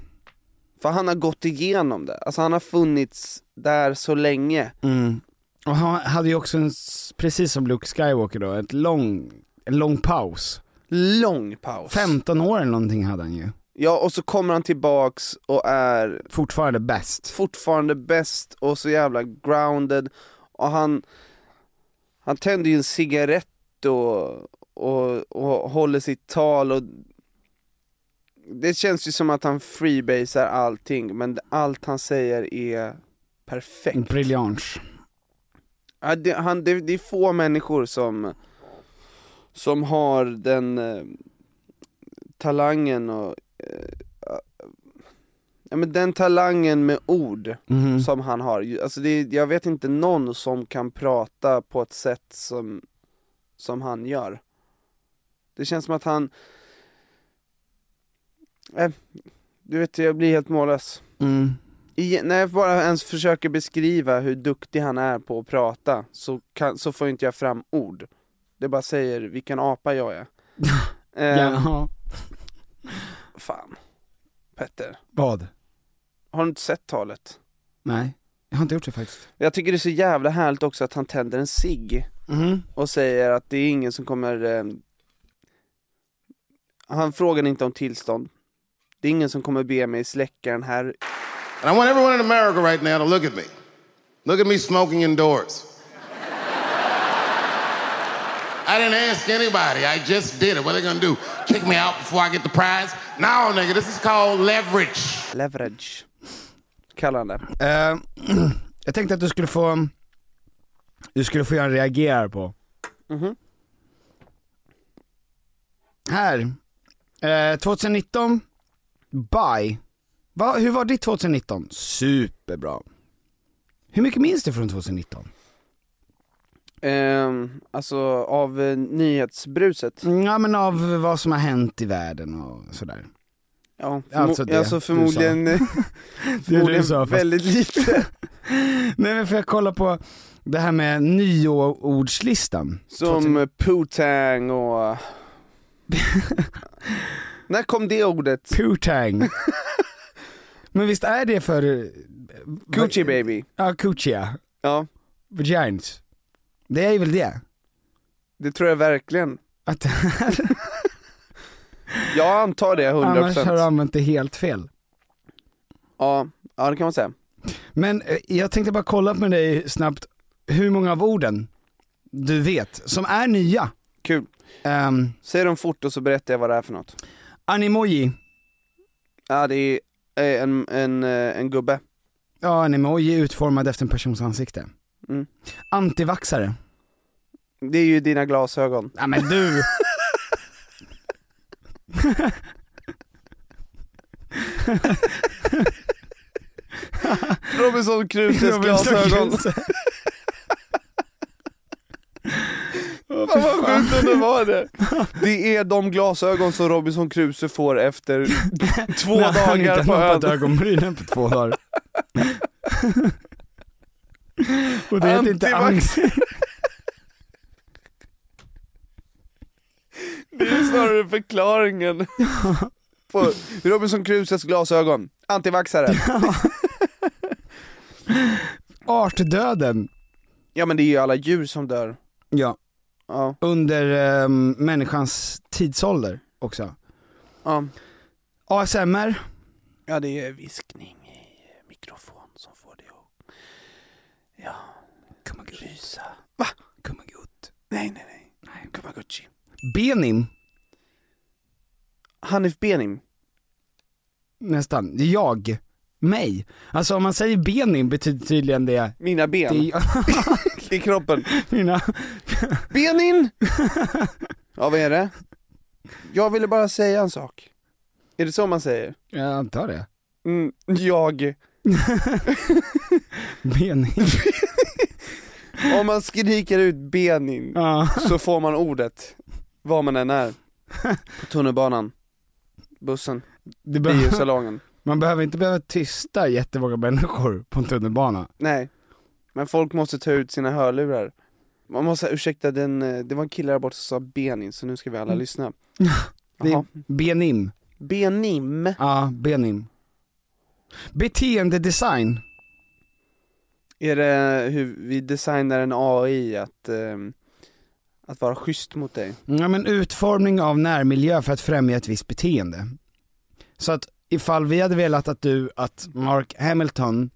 För han har gått igenom det, alltså han har funnits där så länge. Mm. Och han hade ju också, en, s- precis som Luke Skywalker då, ett lång, en lång paus. Lång paus. 15 år eller någonting hade han ju. Ja och så kommer han tillbaks och är Fortfarande bäst. fortfarande bäst och så jävla grounded och han, han tänder ju en cigarett och, och, och håller sitt tal och det känns ju som att han freebasar allting men allt han säger är perfekt. Briljans. Ja, det, han, det, det är få människor som, som har den eh, talangen och eh, ja, men den talangen med ord Mhm. som han har. Ju- Alltså det, är- jag vet inte någon som kan prata på ett sätt som, som han gör. Det känns som att han... Eh, du vet, jag blir helt mållös. Mm. I, när jag bara ens försöker beskriva hur duktig han är på att prata så, kan, så får inte jag fram ord. Det bara säger vilken apa jag är. Eh, Ja. Fan. Petter, Vad? har du inte sett talet? Nej, jag har inte gjort det faktiskt. Jag tycker det är så jävla härligt också att han tänder en cigg. Mm. och säger att det är ingen som kommer eh, Han frågar inte om tillstånd Det är ingen som kommer be mig släcka den här And I want everyone in America right now to look at me. Look at me smoking indoors. I didn't ask anybody. I just did it. What are they gonna do? Kick me out before I get the prize? No, nigga, this is called leverage. leverage Kallar han det Eh, jag tänkte att du skulle få, du skulle få göra en reagera på. Mhm. Här, Eh, 2019, bye. Va, hur var ditt 2019? Superbra. Hur mycket minns du från 2019? Ehm, Alltså av eh, nyhetsbruset Ja men av vad som har hänt i världen och sådär. Ja, förmo- Alltså alltså, det du förmodligen, förmodligen sa, fast- väldigt lite Nej men för jag kolla på det här med nyordslistan. Som eh, putang och När kom det ordet? Putang. men visst är det för... Gucci baby Ja, coochie ja. Ja, Vaginas. Det är väl det? det tror jag verkligen Att det här, Jag antar det 100% annars har du använt det helt fel. ja, ja, det kan man säga Men eh, jag tänkte bara kolla med dig Eh, snabbt, hur många av orden du vet som är nya? Kul Um, Säg dem fort och så berättar jag vad det är för något. animoji, Ja, det är eh, en, en, eh, en gubbe. ja animoji är utformad efter en persons ansikte. Mm. Antivaxare, Det är ju dina glasögon. ja men du! Robinson Crusoes Robinson alltså glasögon. Crusoe. Fan vad sjukt om det var det! Det är de glasögon som Robinson Crusoe får efter två När han inte dagar på har nappat ön. ögonbrynen på två dagar. Och det heter inte Antivax. angst. Det är snarare förklaringen på Robinson Crusoes glasögon. Antivaxare. Artdöden. Ja men det är ju alla djur som dör. Ja. Ja. Under ehm, människans tidsålder också. Ja. ASMR. Ja det är viskning i mikrofon som får det att... Ja... Rysa. Va? Kumagut. Nej nej nej. nej. Kumaguchi. Benim. Hanif Benim. Nästan. Jag. Mig. Alltså om man säger Benim betyder tydligen det... Mina ben. det I kroppen. mina... Benin! Ja vad är det? Jag ville bara säga en sak. Är det så man säger? Jag antar det. Mm, jag. Benim. Om man skriker ut Benin Ja. så får man ordet, var man än är. På tunnelbanan, bussen, Det behöver- biosalongen. man behöver inte behöva tysta jättemånga människor på en tunnelbana. Nej, men folk måste ta ut sina hörlurar. Man måste säga, ursäkta den, eh, det var en kille där borta som sa Benin så nu ska vi alla lyssna. Mm. Det är Jaha. Benim. Benim, Ja, Benim. Beteendedesign. är det hur vi designar en AI att, ehm, att vara schysst mot dig? Ja, men utformning av närmiljö för att främja ett visst beteende. Så att ifall vi hade velat att du, att Mark Hamilton,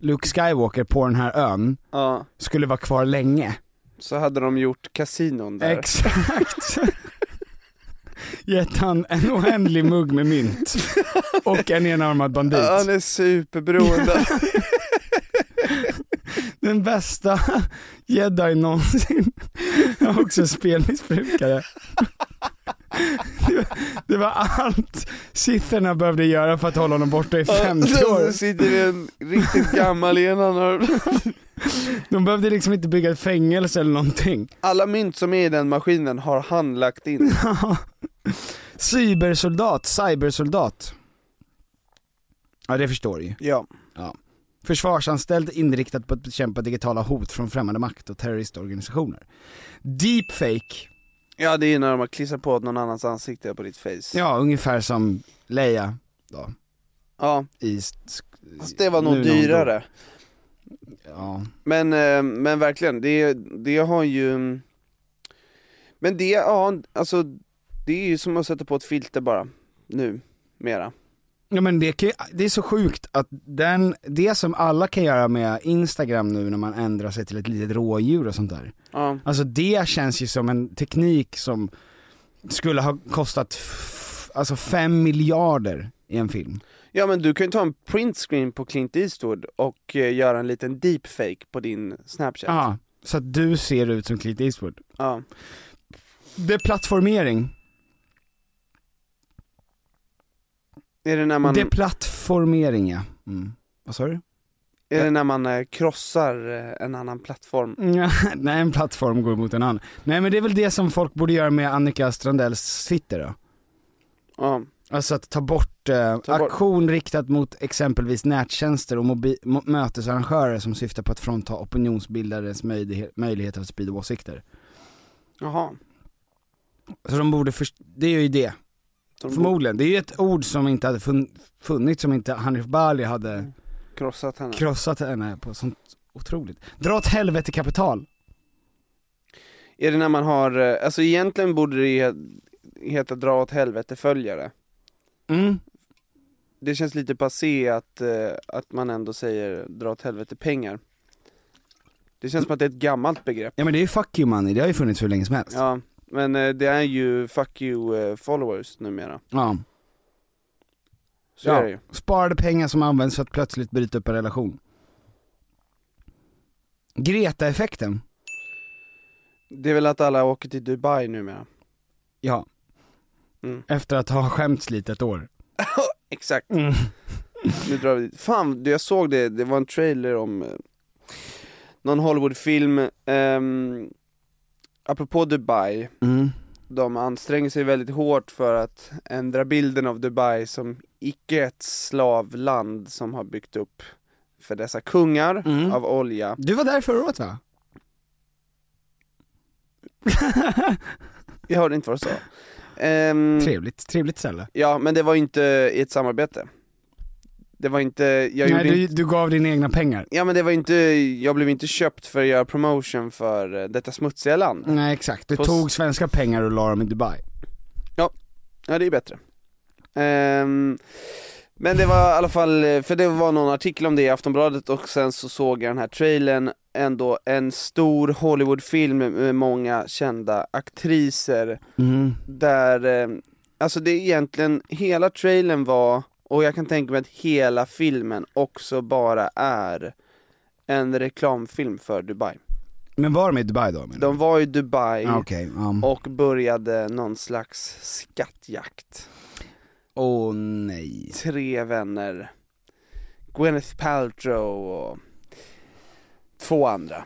Luke Skywalker på den här ön Ja, skulle vara kvar länge. så hade de gjort kasinon där. Exakt. Gett han en oändlig mugg med mynt och en enarmad bandit. Han är superberoende. Den bästa jedi någonsin. Jag var också spelmissbrukare. Det var- Det var allt sitterna behövde göra för att hålla honom borta i 50 år. Så sitter det en riktigt gammal i en annan. De behövde liksom inte bygga ett fängelse eller någonting. Alla mynt som är i den maskinen har han lagt in. Cybersoldat, cybersoldat. Ja det förstår ju. Ja. Ja. Försvarsanställd inriktad på att bekämpa digitala hot från främmande makt och terroristorganisationer. Deepfake, Ja det är när de har klistrat på någon annans ansikte på ditt face. ja ungefär som Leia då. ja. I sk- Fast det var nog nu när hon dyrare. dog. Ja. Men, eh, men verkligen, det, det har ju... Men det, ja, alltså det är ju som att sätta på ett filter bara, nu, mera. ja men det, kan, ju- det är så sjukt att den, det som alla kan göra med Instagram nu när man ändrar sig till ett litet rådjur och sånt där. Ja. Alltså det känns ju som en teknik som skulle ha kostat f- alltså 5 miljarder i en film. ja men du kan ju ta en printscreen på Clint Eastwood och eh, göra en liten deepfake på din snapchat. Ja, så att du ser ut som Clint Eastwood. Ja. Deplattformering. Är det när man, Deplattformering ja. Mm. Vad sa du? är det när man eh, krossar eh, en annan Mm. plattform? Ja, Nej, en plattform går mot en annan. Nej men det är väl det som folk borde göra med Annika Strandells Twitter då. Ja. Alltså att ta bort, eh, Ta bort- aktion riktat mot exempelvis nättjänster och mobi- mo- mötesarrangörer som syftar på att frånta opinionsbildares möjlighet, möjligheter att sprida åsikter. Jaha. Så de borde, först- det är ju det, De förmodligen. Det är ju ett ord som inte hade fun- funnits om inte Hanif Bali hade krossat henne. krossat henne på sånt otroligt. Dra åt helvete kapital. Är det när man har, eh, alltså egentligen borde det he- heta dra åt helvete följare. Mm. Det känns lite passé att, eh, att man ändå säger dra åt helvete pengar. Det känns som att det är ett gammalt begrepp. Ja men det är ju fuck you money, det har ju funnits hur länge som helst. Ja, men eh, det är ju fuck you eh, followers numera. Ja. Så är det ju. Sparade pengar som används för att plötsligt bryta upp en relation. Greta-effekten. Det är väl att alla åker till Dubai numera. Ja. Mm. Efter att ha skämts lite ett år. Exakt. Mm. Nu drar vi dit. Fan, du, jag såg det, det var en trailer om eh, någon Hollywoodfilm ehm, apropå Dubai, Mm. de anstränger sig väldigt hårt för att ändra bilden av Dubai som icke ett slavland som har byggt upp för dessa kungar Mm. av olja. Du var där förra året va? Jag hörde inte vad du sa. Ehm, Trevligt, trevligt ställe. Ja, men det var ju inte i ett samarbete. Det var inte, jag gjorde Nej, du, inte... du gav dina egna pengar. Ja men det var inte, jag blev inte köpt för att göra promotion för eh, detta smutsiga land. Nej exakt, du På s- tog svenska pengar och la dem i Dubai. Ja det är bättre. Ehm, men det var i alla fall, eh, för det var någon artikel om det i Aftonbladet och sen så såg jag den här trailern, ändå en stor Hollywoodfilm med många kända aktriser Mm. där, eh, alltså det är egentligen, hela trailern var, och jag kan tänka mig att hela filmen också bara är en reklamfilm för Dubai. Men var de i Dubai då? menar De var i Dubai du? Ah, Okej, ja. och började någon slags skattjakt. Åh nej. Tre vänner, Gwyneth Paltrow och två andra.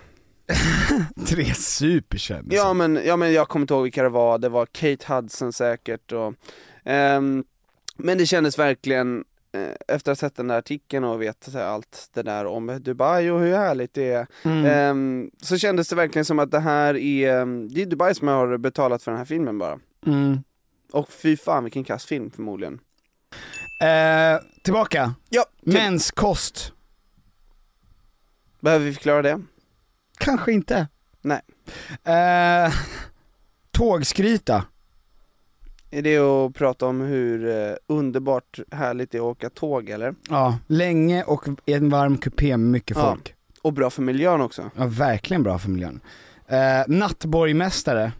Tre superkändisar. Ja men, ja men jag kommer inte ihåg vilka det var, det var Kate Hudson säkert och ehm, Men det kändes verkligen, eh, efter att ha sett den där artikeln och vet så här allt det där om Dubai och hur härligt det är Mm. ehm, Så kändes det verkligen som att det här är, ehm, det är Dubai som har betalat för den här filmen bara Mm. Och fy fan vilken kass film förmodligen Eh, tillbaka. Ja, typ. Menskost. behöver vi förklara det? Kanske inte. Nej. Eh, tågskryta. Är det att prata om hur eh, underbart härligt det är att åka tåg eller? Ja, länge och i en varm kupé med mycket Ja. folk. Och bra för miljön också Ja, verkligen bra för miljön. Eh, nattborgmästare.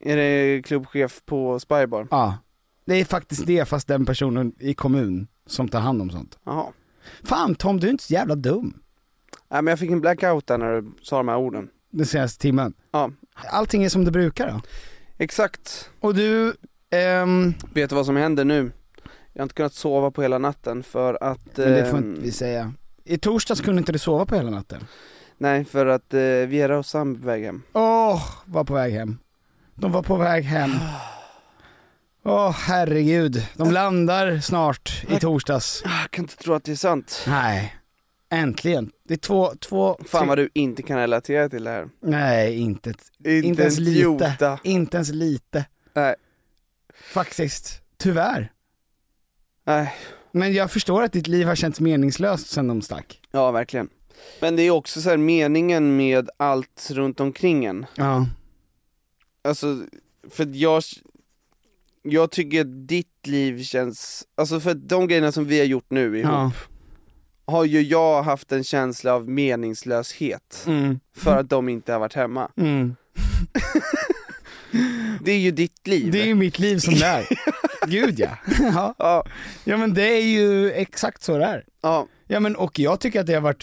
Är det klubbchef på Spybar? Ja. Det är faktiskt det, fast den personen i kommun som tar hand om sånt. Jaha Fan Tom, du är inte så jävla dum. Nej men jag fick en blackout där när du sa de här orden. Den senaste timmen. Ja, Allting är som det brukar då. exakt. Och du, ehm, Vet du vad som händer nu? Jag har inte kunnat sova på hela natten för att... men det får ehm, inte vi säga. I torsdags kunde inte du sova på hela natten. Nej, för att eh, Vera och Sam är på väg hem. Åh, var på väg hem. De var på väg hem. Åh herregud, de landar snart i torsdags. Ah, Jag kan inte tro att det är sant. Nej, äntligen. Det är två, två, Fan vad du inte kan relatera till det här. Nej, inte, ett- Inte inte ens en lite. jota. Inte ens lite. Nej. Faktiskt. Tyvärr. Nej, Men jag förstår att ditt liv har känts meningslöst sen de stack. ja verkligen. Men det är också så här meningen med allt runt omkring en. Ja. Alltså, för att jag, jag tycker att ditt liv känns, alltså för att de grejerna som vi har gjort nu ihop, Ja. har ju jag haft en känsla av meningslöshet Mm. för att de inte har varit hemma. Mm. Det är ju ditt liv. Det är ju mitt liv som det är. Gud ja. ja. Ja, Ja men det är ju exakt så det är. ja. Ja men och jag tycker att det har varit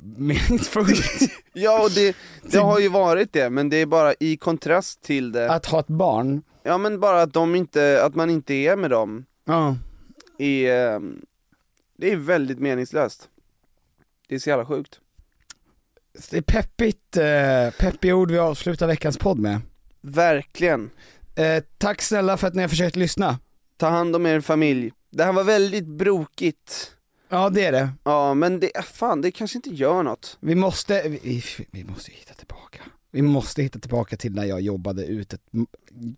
supermeningsfullt ja och det, Typ- det har ju varit det, men det är bara i kontrast till det, att ha ett barn. ja men bara att de inte, att man inte är med dem, Ja. är, eh, det är väldigt meningslöst. Det är så jävla sjukt. Det är peppigt, eh, peppiga ord vi avslutar veckans podd med. Verkligen. Eh, tack snälla för att ni har försökt lyssna. Ta hand om er familj. Det här var väldigt brokigt. Ja det är det. Ja men det, fan det kanske inte gör något. Vi måste, vi- vi, vi måste hitta tillbaka. Vi måste hitta tillbaka till när jag jobbade ut ett m-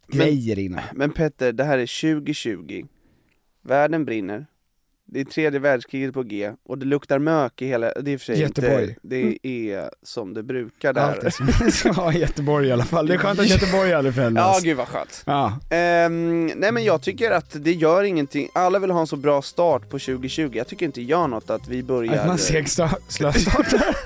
grejer innan. Men Petter, det här är 2020. Världen brinner. Det är tredje världskriget på G och det luktar mök i hela, det är i och för sig Göteborg. inte, det är som det brukar Allt är där. som det ska vara i Göteborg i alla fall. Det är skönt att Göteborg aldrig Ja förändras. gud vad skönt. Ja, Ehm, nej men jag tycker att det gör ingenting, alla vill ha en så bra start på 2020, jag tycker inte gör något att vi börjar... att man segslöstartar.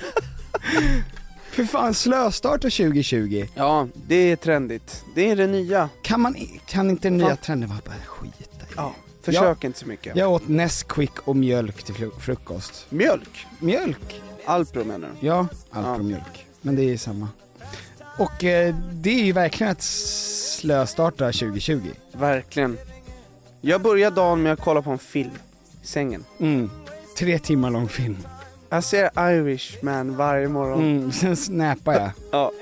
För fan, slöstarta 2020. Ja, det är trendigt. Det är det nya. Kan, man, i- kan inte den nya Ja. trenden vara bara skita i? Ja, försök inte så mycket. Jag åt Nesquik och mjölk till fru- frukost. Mjölk, Mjölk? Alpro menar du? Ja, allt från mjölk. Men det är ju samma. Och eh, det är ju verkligen att slöstarta 2020. Verkligen. Jag börjar dagen med att kolla på en film i sängen. Mm. Tre timmar lång film. Jag ser Irishman varje morgon. Mm, sen snappar jag. Ja.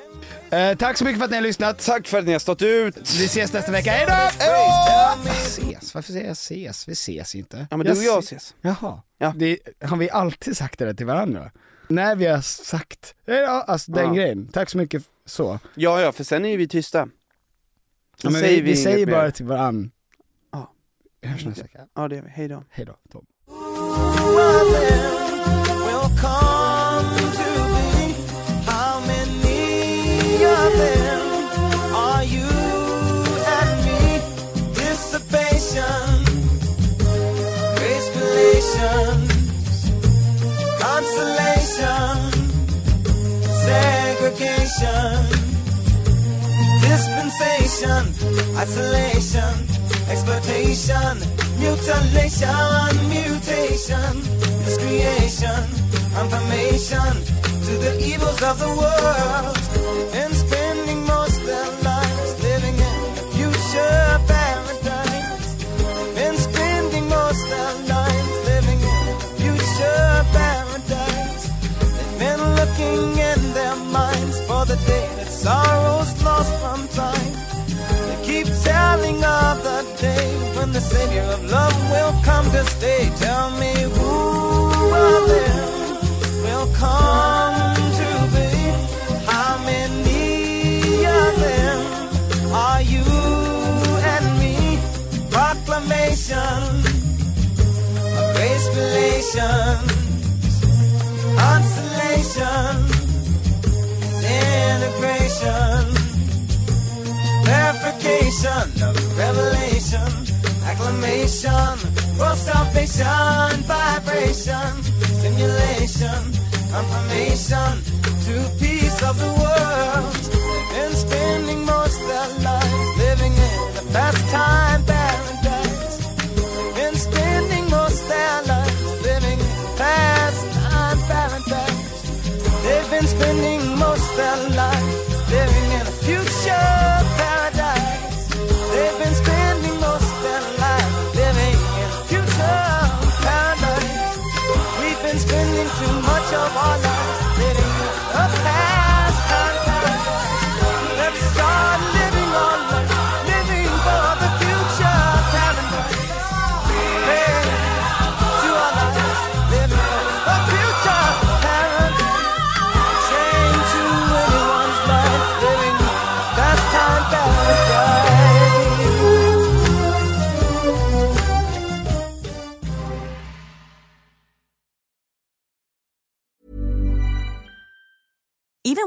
Eh, tack så mycket för att ni har lyssnat. Tack för att ni har stått ut. Vi ses nästa vecka. Hej då! Ses? Varför säger jag ses? Vi ses inte. Ja, men du och jag ses. Jaha. Ja. Det, har vi alltid sagt det där till varandra? När vi har sagt, hej då, alltså den Ja. grejen. Tack så mycket, så. Ja, ja, för sen är ju vi tysta. Ja, Sen men säger vi, vi vi inget säger mer. bara till varandra, Ja. vi hörs nästa vecka. Ja, det är vi. Hej då. Hej då, Tom. will come to be. How many of them are you and me? Dissipation, gracefulation, consolation, segregation, dispensation, isolation, exploitation, mutilation, mutation is creation, confirmation to the evils of the world, and spending most their lives living in a future paradise, and spending most their lives living in a future paradise. They've been looking in their minds for the day that sorrow's lost from time. They keep telling of the day when the Savior of love will come to stay. Tell me who of them will come to be? How many of them are you and me? Proclamation of grace relations, consolation, integration verification of revelation, acclamation, world salvation, vibration, simulation, confirmation to peace of the world. They've been spending most their lives living in the pastime paradise. They've been spending most their lives living in the pastime paradise. They've been spending most their life living in a future paradise. They've been spending most their life living in a future paradise. We've been spending too much of our lives living in a past paradise. Let's start living our life, living for the future paradise. Hey, to our lives, living for the future paradise. Chain to anyone's life, living last time paradise. Even